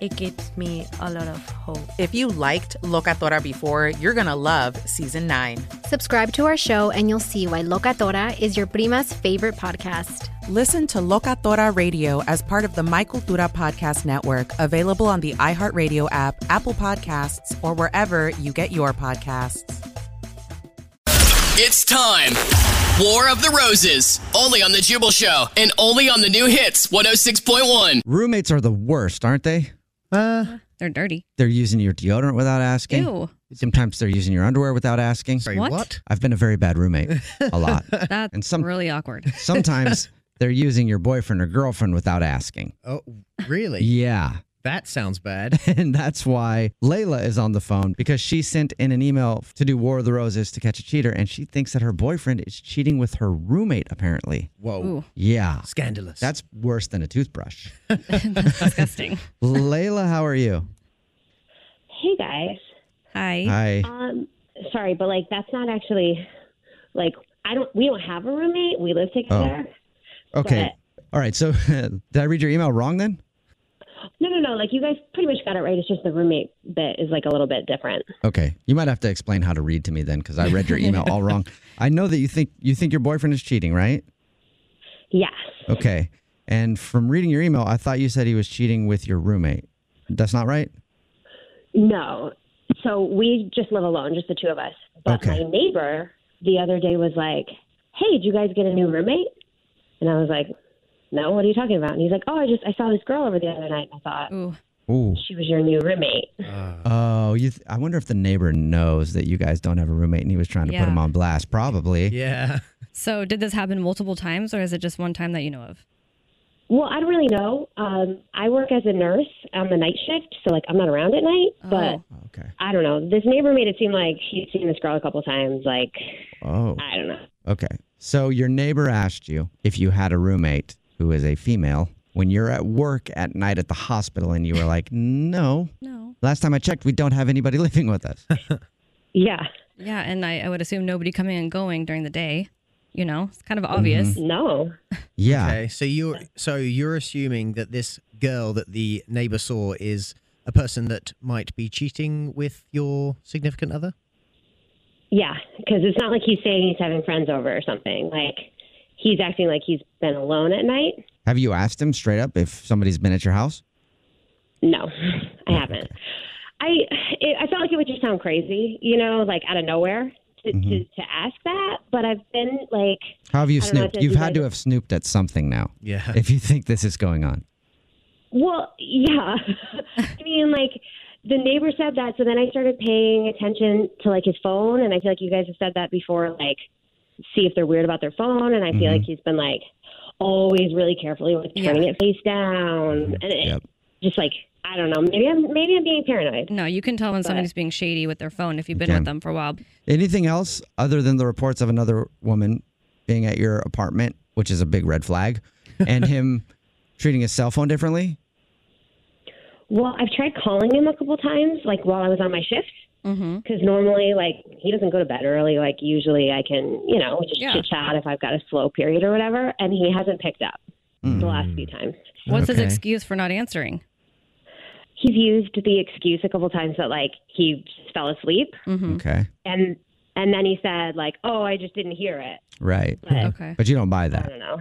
it gives me a lot of hope. If you liked Locatora before, you're going to love season 9. Subscribe to our show and you'll see why Locatora is your prima's favorite podcast. Listen to Locatora Radio as part of the Michael Dura Podcast Network, available on the iHeartRadio app, Apple Podcasts, or wherever you get your podcasts. It's time. War of the Roses, only on the Jubal Show and only on the new hits 106.1. Roommates are the worst, aren't they? Uh, they're dirty. They're using your deodorant without asking. Ew. Sometimes they're using your underwear without asking. Sorry, what? what? I've been a very bad roommate a lot. That's and some, really awkward. sometimes they're using your boyfriend or girlfriend without asking. Oh, really? yeah. That sounds bad. And that's why Layla is on the phone because she sent in an email to do War of the Roses to catch a cheater, and she thinks that her boyfriend is cheating with her roommate, apparently. Whoa. Ooh. Yeah. Scandalous. That's worse than a toothbrush. that's disgusting. Layla, how are you? Hey, guys. Hi. Hi. Um, sorry, but like, that's not actually like, I don't, we don't have a roommate. We live together. Oh. Okay. But... All right. So, did I read your email wrong then? No, no, no. Like you guys pretty much got it right. It's just the roommate bit is like a little bit different. Okay, you might have to explain how to read to me then, because I read your email all wrong. I know that you think you think your boyfriend is cheating, right? Yes. Okay, and from reading your email, I thought you said he was cheating with your roommate. That's not right. No. So we just live alone, just the two of us. But okay. my neighbor the other day was like, "Hey, did you guys get a new roommate?" And I was like, no, what are you talking about? And he's like, oh, I just I saw this girl over the other night, and I thought Ooh. Ooh. she was your new roommate. oh, you th- I wonder if the neighbor knows that you guys don't have a roommate, and he was trying to Yeah. put him on blast. Probably. Yeah. So, did this happen multiple times, or is it just one time that you know of? Well, I don't really know. Um, I work as a nurse on the night shift, so like I'm not around at night. But Oh. Okay. I don't know. This neighbor made it seem like he'd seen this girl a couple times. Like Oh. I don't know. Okay. So your neighbor asked you if you had a roommate who is a female when you're at work at night at the hospital, and you were like, no. No. Last time I checked, we don't have anybody living with us. Yeah. Yeah, and I, I would assume nobody coming and going during the day. You know, it's kind of obvious. No. Mm-hmm. Yeah. Okay. So you're so you're assuming that this girl that the neighbor saw is a person that might be cheating with your significant other. Yeah, because it's not like he's saying he's having friends over or something. Like he's acting like he's been alone at night. Have you asked him straight up if somebody's been at your house? No, I haven't. I it, I felt like it would just sound crazy, you know, like out of nowhere to, to, to ask that. But I've been like, Mm-hmm. How have you I don't know, snooped? I said You've you had guys- to have snooped at something now. Yeah. If you think this is going on. well, yeah. I mean, like the neighbor said that, so then I started paying attention to like his phone, and I feel like you guys have said that before, like see if they're weird about their phone, and I feel Mm-hmm. like he's been like always really carefully like turning it face down, and it Mm-hmm. Yep. just like I don't know. Maybe I'm maybe I'm being paranoid. No, you can tell when somebody's being shady with their phone if you've been Okay. with them for a while. Anything else other than the reports of another woman being at your apartment, which is a big red flag, and him treating his cell phone differently? Well, I've tried calling him a couple times, like while I was on my shift, because Mm-hmm. normally, like, he doesn't go to bed early. Like, usually, I can, you know, just Yeah. chit chat if I've got a slow period or whatever, and he hasn't picked up the last few times. What's his excuse for not answering? He's used the excuse a couple times that like he just fell asleep, Mm-hmm. Okay. and and then he said like, "Oh, I just didn't hear it." Right. But- Okay. But you don't buy I that. don't know.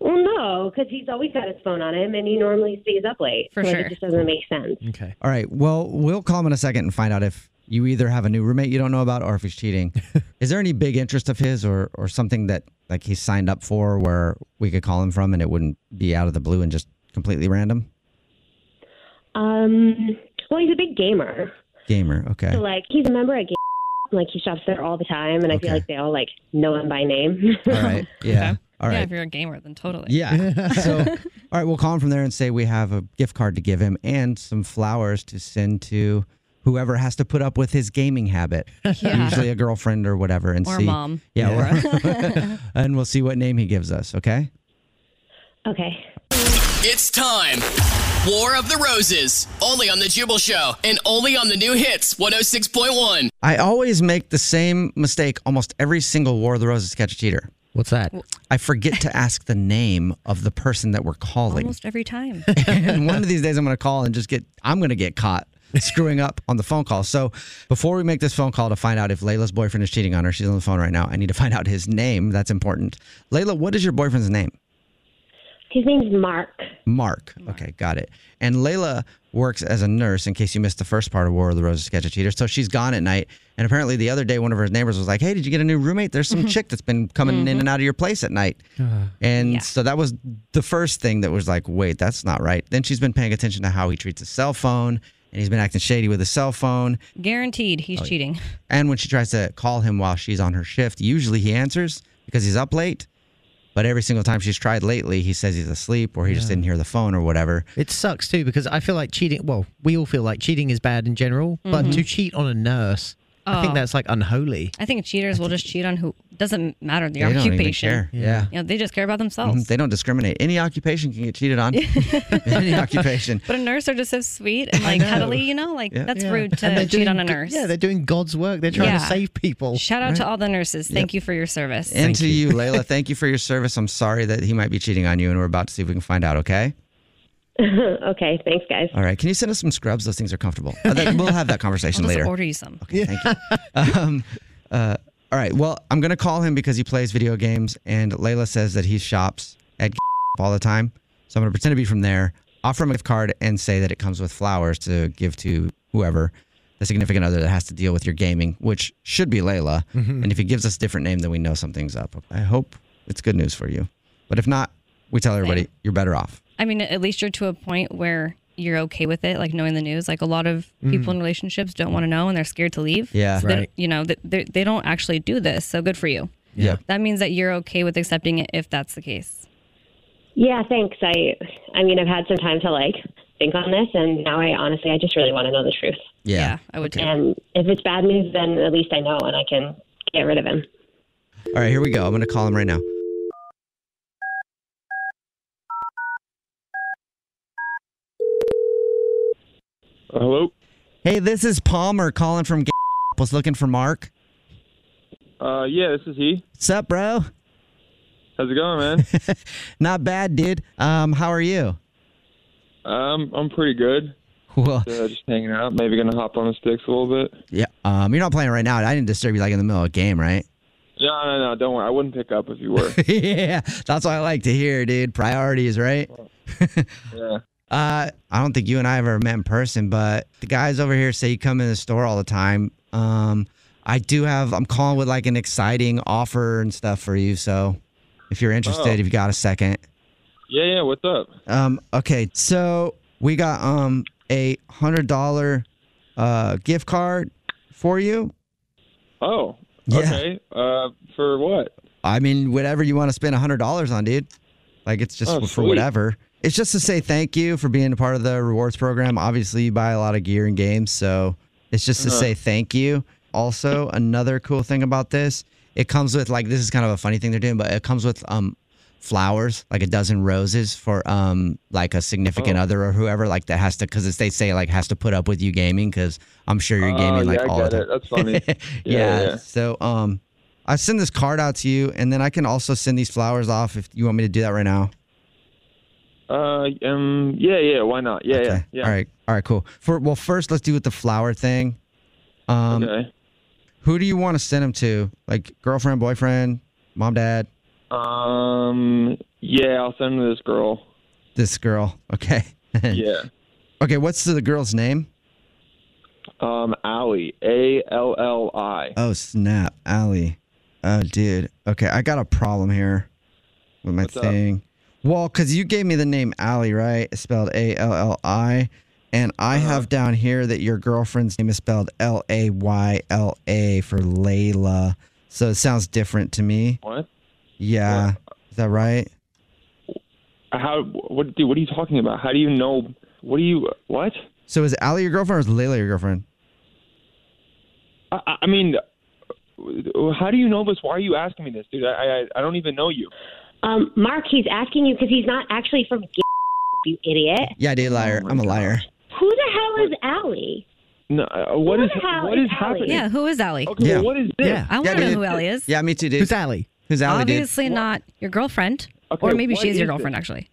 Well, no, because he's always got his phone on him, and he normally stays up late. For so, like, sure. it just doesn't make sense. Okay. All right. Well, we'll call him in a second and find out if you either have a new roommate you don't know about or if he's cheating. is there any big interest of his or or something that like he signed up for where we could call him from and it wouldn't be out of the blue and just completely random? Um, well, he's a big gamer. Gamer. Okay. So like he's a member at Game like he shops there all the time and I feel like they all like know him by name. All right. Yeah. All Yeah, right. if you're a gamer, then totally. Yeah. so, all right, we'll call him from there and say we have a gift card to give him and some flowers to send to whoever has to put up with his gaming habit, Yeah. usually a girlfriend or whatever, and Or see. mom. Yeah. Yeah. or- and we'll see what name he gives us. Okay. Okay. It's time. War of the Roses, only on the Jubal Show and only on the new hits 106.1. I always make the same mistake almost every single War of the Roses catch a cheater. What's that? I forget to ask the name of the person that we're calling. Almost every time. and one of these days I'm going to call and just get I'm going to get caught screwing up on the phone call. So before we make this phone call to find out if Layla's boyfriend is cheating on her, she's on the phone right now. I need to find out his name. That's important. Layla, what is your boyfriend's name? His name's Mark. Mark. Okay, got it. And Layla works as a nurse, in case you missed the first part of War of the Roses Sketch a Cheater. So she's gone at night. And apparently the other day, one of her neighbors was like, Hey, did you get a new roommate? There's some chick that's been coming in and out of your place at night. And so that was the first thing that was like, Wait, that's not right. Then she's been paying attention to how he treats his cell phone. And he's been acting shady with his cell phone. Guaranteed he's Oh, yeah. cheating. And when she tries to call him while she's on her shift, usually he answers because he's up late. But every single time she's tried lately, he says he's asleep or he just Yeah. didn't hear the phone or whatever. It sucks too because I feel like cheating. Well, we all feel like cheating is bad in general, but Mhm. to cheat on a nurse, I think Oh. that's like unholy. I think cheaters will just cheat on who doesn't matter the They don't even occupation. care. Yeah. You know, they just care about themselves. Mhm, They don't discriminate. Any occupation can get cheated on. Any occupation. But a nurse are just so sweet and like know. cuddly, you know, like Yeah. that's Yeah. rude And to they're cheat doing on a go- nurse. Yeah, they're doing God's work. They're trying Yeah. to save people. Shout out to all the nurses. Thank you for your service. And to you. Layla, thank you for your service. I'm sorry that he might be cheating on you, and we're about to see if we can find out, okay? okay, thanks guys. All right. Can you send us some scrubs? Those things are comfortable. Uh, that- we'll have that conversation I'll just later. order you some. Okay, thank you. Um, uh, all right. Well, I'm going to call him because he plays video games, and Layla says that he shops at all the time. So I'm going to pretend to be from there, offer him a gift card, and say that it comes with flowers to give to whoever, the significant other that has to deal with your gaming, which should be Layla. Mhm. And if he gives us a different name, then we know something's up. I hope it's good news for you. But if not, we tell everybody you're better off. I mean, at least you're to a point where you're okay with it, like knowing the news. Like a lot of people Mm. in relationships don't want to know and they're scared to leave. Yeah. So they- Right. You know, they- they, they don't actually do this. So good for you. Yeah. That means that you're okay with accepting it if that's the case. Yeah, thanks. I I mean I've had some time to like think on this and now I honestly I just really want to know the truth. Yeah. I would And if it's bad news then at least I know and I can get rid of him. All right, here we go. I'm going to call him right now. Hello. Hey, this is Palmer calling from. G- was looking for Mark. Uh, yeah, this is he. What's up, bro? How's it going, man? Not bad, dude. Um, how are you? um, I'm pretty good. Well, uh, just hanging out. Maybe gonna hop on the sticks a little bit. Yeah. Um, you're not playing right now. I didn't disturb you like in the middle of a game, right? No, no, no. Don't worry. I wouldn't pick up if you were. yeah, that's what I like to hear, dude. Priorities, right? yeah. Uh, I don't think you and I ever met in person, but the guys over here say you come in the store all the time. Um, I do have. I'm calling with like an exciting offer and stuff for you. So, if you're interested, Oh. if you got a second. Yeah, yeah. What's up? Um, okay, so we got um a hundred dollar uh gift card for you. Oh. Yeah. Okay. Uh, for what? I mean, whatever you want to spend a hundred dollars on, dude. Like it's just Oh, for sweet. whatever. It's just to say thank you for being a part of the rewards program. Obviously, you buy a lot of gear and games, so it's just to Uh-huh. say thank you. Also, another cool thing about this, it comes with like this is kind of a funny thing they're doing, but it comes with um flowers, like a dozen roses for um like a Oh. significant other or whoever like that has to because it's they say like has to put up with you gaming because I'm sure you're Oh, gaming like yeah, I all the get time. it. That's funny. Yeah, yeah, yeah. So um, I send this card out to you, and then I can also send these flowers off if you want me to do that right now. Uh, um, yeah, yeah. Why not? Yeah, yeah, yeah. All right. All right. Cool. For well, first let's do with the flower thing. Um, Okay. Who do you want to send them to? Like girlfriend, boyfriend, mom, dad, Um, yeah. I'll send this girl. this girl. Okay. yeah. Okay. What's the girl's name? Um, Allie. A L L I. Oh snap, Allie. Oh dude. Okay, I got a problem here with my up? thing. Well, because you gave me the name Allie, right? It's spelled A L L I, and I Uh-huh. have down here that your girlfriend's name is spelled L A Y L A for Layla. So it sounds different to me. What? Yeah. Is that right? How? What? Dude, what are you talking about? How do you know? What do you? What? So is Allie your girlfriend or is Layla your girlfriend? I- I, I mean, how do you know this? Why are you asking me this, dude? I I, I don't even know you. Um, Mark, he's asking you because he's not actually from. G- you idiot. Yeah, Oh dude, liar. I'm a liar. Who the hell is Allie? No. Uh, what is? the hell What is is Allie? happening? Yeah, who is Allie? Okay, well, what is this? Yeah. I wanna know dude. who Allie is. Yeah, me too, dude. Who's Allie? Who's Allie, Obviously dude? not your girlfriend, Okay, or maybe what she is your is girlfriend it? actually.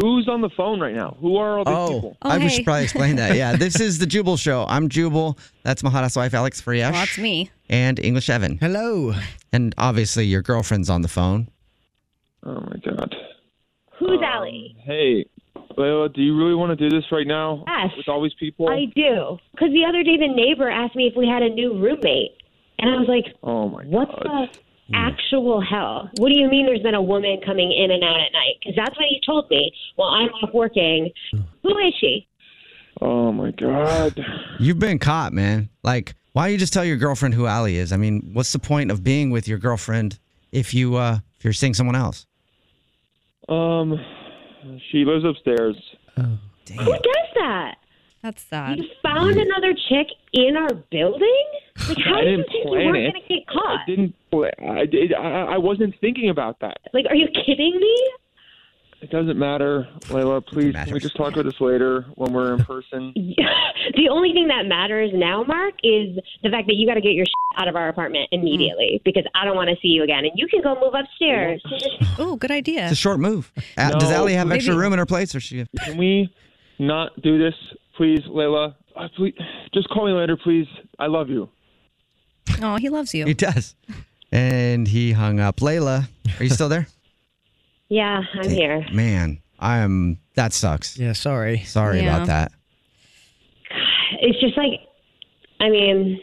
Who's on the phone right now? Who are all these people? Oh, I should probably explain that. Yeah, this is the Jubal Show. I'm Jubal. That's my hottest wife, Alex Friash. Well, that's me. And English Evan. Hello. And obviously, your girlfriend's on the phone. Oh my god. Who's Allie? Um, Hey, Layla, do you really want to do this right now? Yes. With all these people? I do. Because the other day, the neighbor asked me if we had a new roommate. And I was like, oh my Hmm. what the actual hell? What do you mean there's been a woman coming in and out at night? Because that's what he told me while I'm off working. Who is she? Oh my god. You've been caught, man. Like, why don't you just tell your girlfriend who Allie is? I mean, what's the point of being with your girlfriend if you uh if you're seeing someone else? Um, she lives upstairs. Oh, Who does that? That's sad. You found another chick in our building? Like, how I do you didn't think you plan weren't it. going to get caught? I didn't. I did. I, I wasn't thinking about that. Like, are you kidding me? It doesn't matter, Layla. Please, can we just talk about this later when we're in person? the only thing that matters now, Mark, is the fact that you got to get your shit out of our apartment immediately because I don't want to see you again. And you can go move upstairs. Oh, good idea. It's a short move. A- Does No. Allie have extra Maybe- room in her place, or she? Can we not do this, please, Layla? Uh, please, just call me later, please. I love you. Oh, he loves you. He does. And he hung up. Layla, are you still there? Yeah, I'm here. Man, I am. That sucks. Yeah, sorry. Sorry Yeah. about that. It's just like, I mean,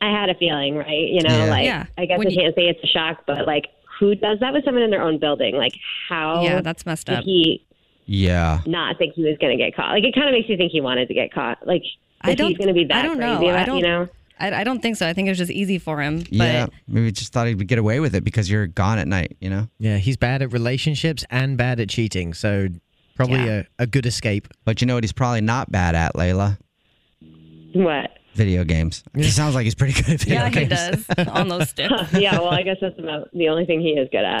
I had a feeling, right? You know, Yeah. like, Yeah. I guess When I you- can't say it's a shock, but like, who does that with someone in their own building? Like, how? Yeah, that's messed did up. He Yeah. not think he was going to get caught. Like, it kind of makes you think he wanted to get caught. Like, I if he's don't- going to be that I don't know. crazy, I about- don't. you know. I, I don't think so. I think it was just easy for him. But yeah, maybe just thought he'd get away with it because you're gone at night, you know? Yeah, he's bad at relationships and bad at cheating. So probably a, a good escape. But you know what he's probably not bad at, Layla? What? Video games. He sounds like he's pretty good at video Yeah, he games. does. On those sticks. yeah, well, I guess that's about the only thing he is good at.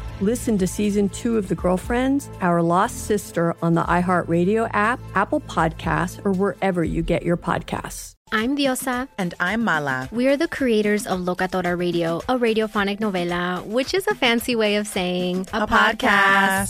Listen to season two of The Girlfriends, Our Lost Sister on the iHeartRadio app, Apple Podcasts, or wherever you get your podcasts. I'm Diosa. And I'm Mala. We are the creators of Locatora Radio, a radiophonic novela, which is a fancy way of saying A podcast.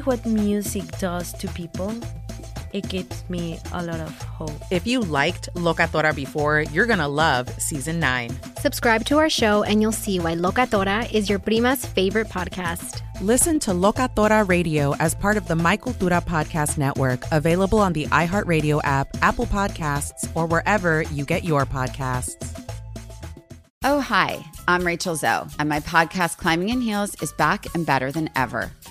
what music does to people, it gives me a lot of hope. If you liked Locatora before, you're going to love Season 9. Subscribe to our show, and you'll see why Locatora is your prima's favorite podcast. Listen to Locatora Radio as part of the My Cultura Podcast Network, available on the iHeartRadio app, Apple Podcasts, or wherever you get your podcasts. Oh, hi. I'm Rachel Zoe, and my podcast, Climbing in Heels, is back and better than ever.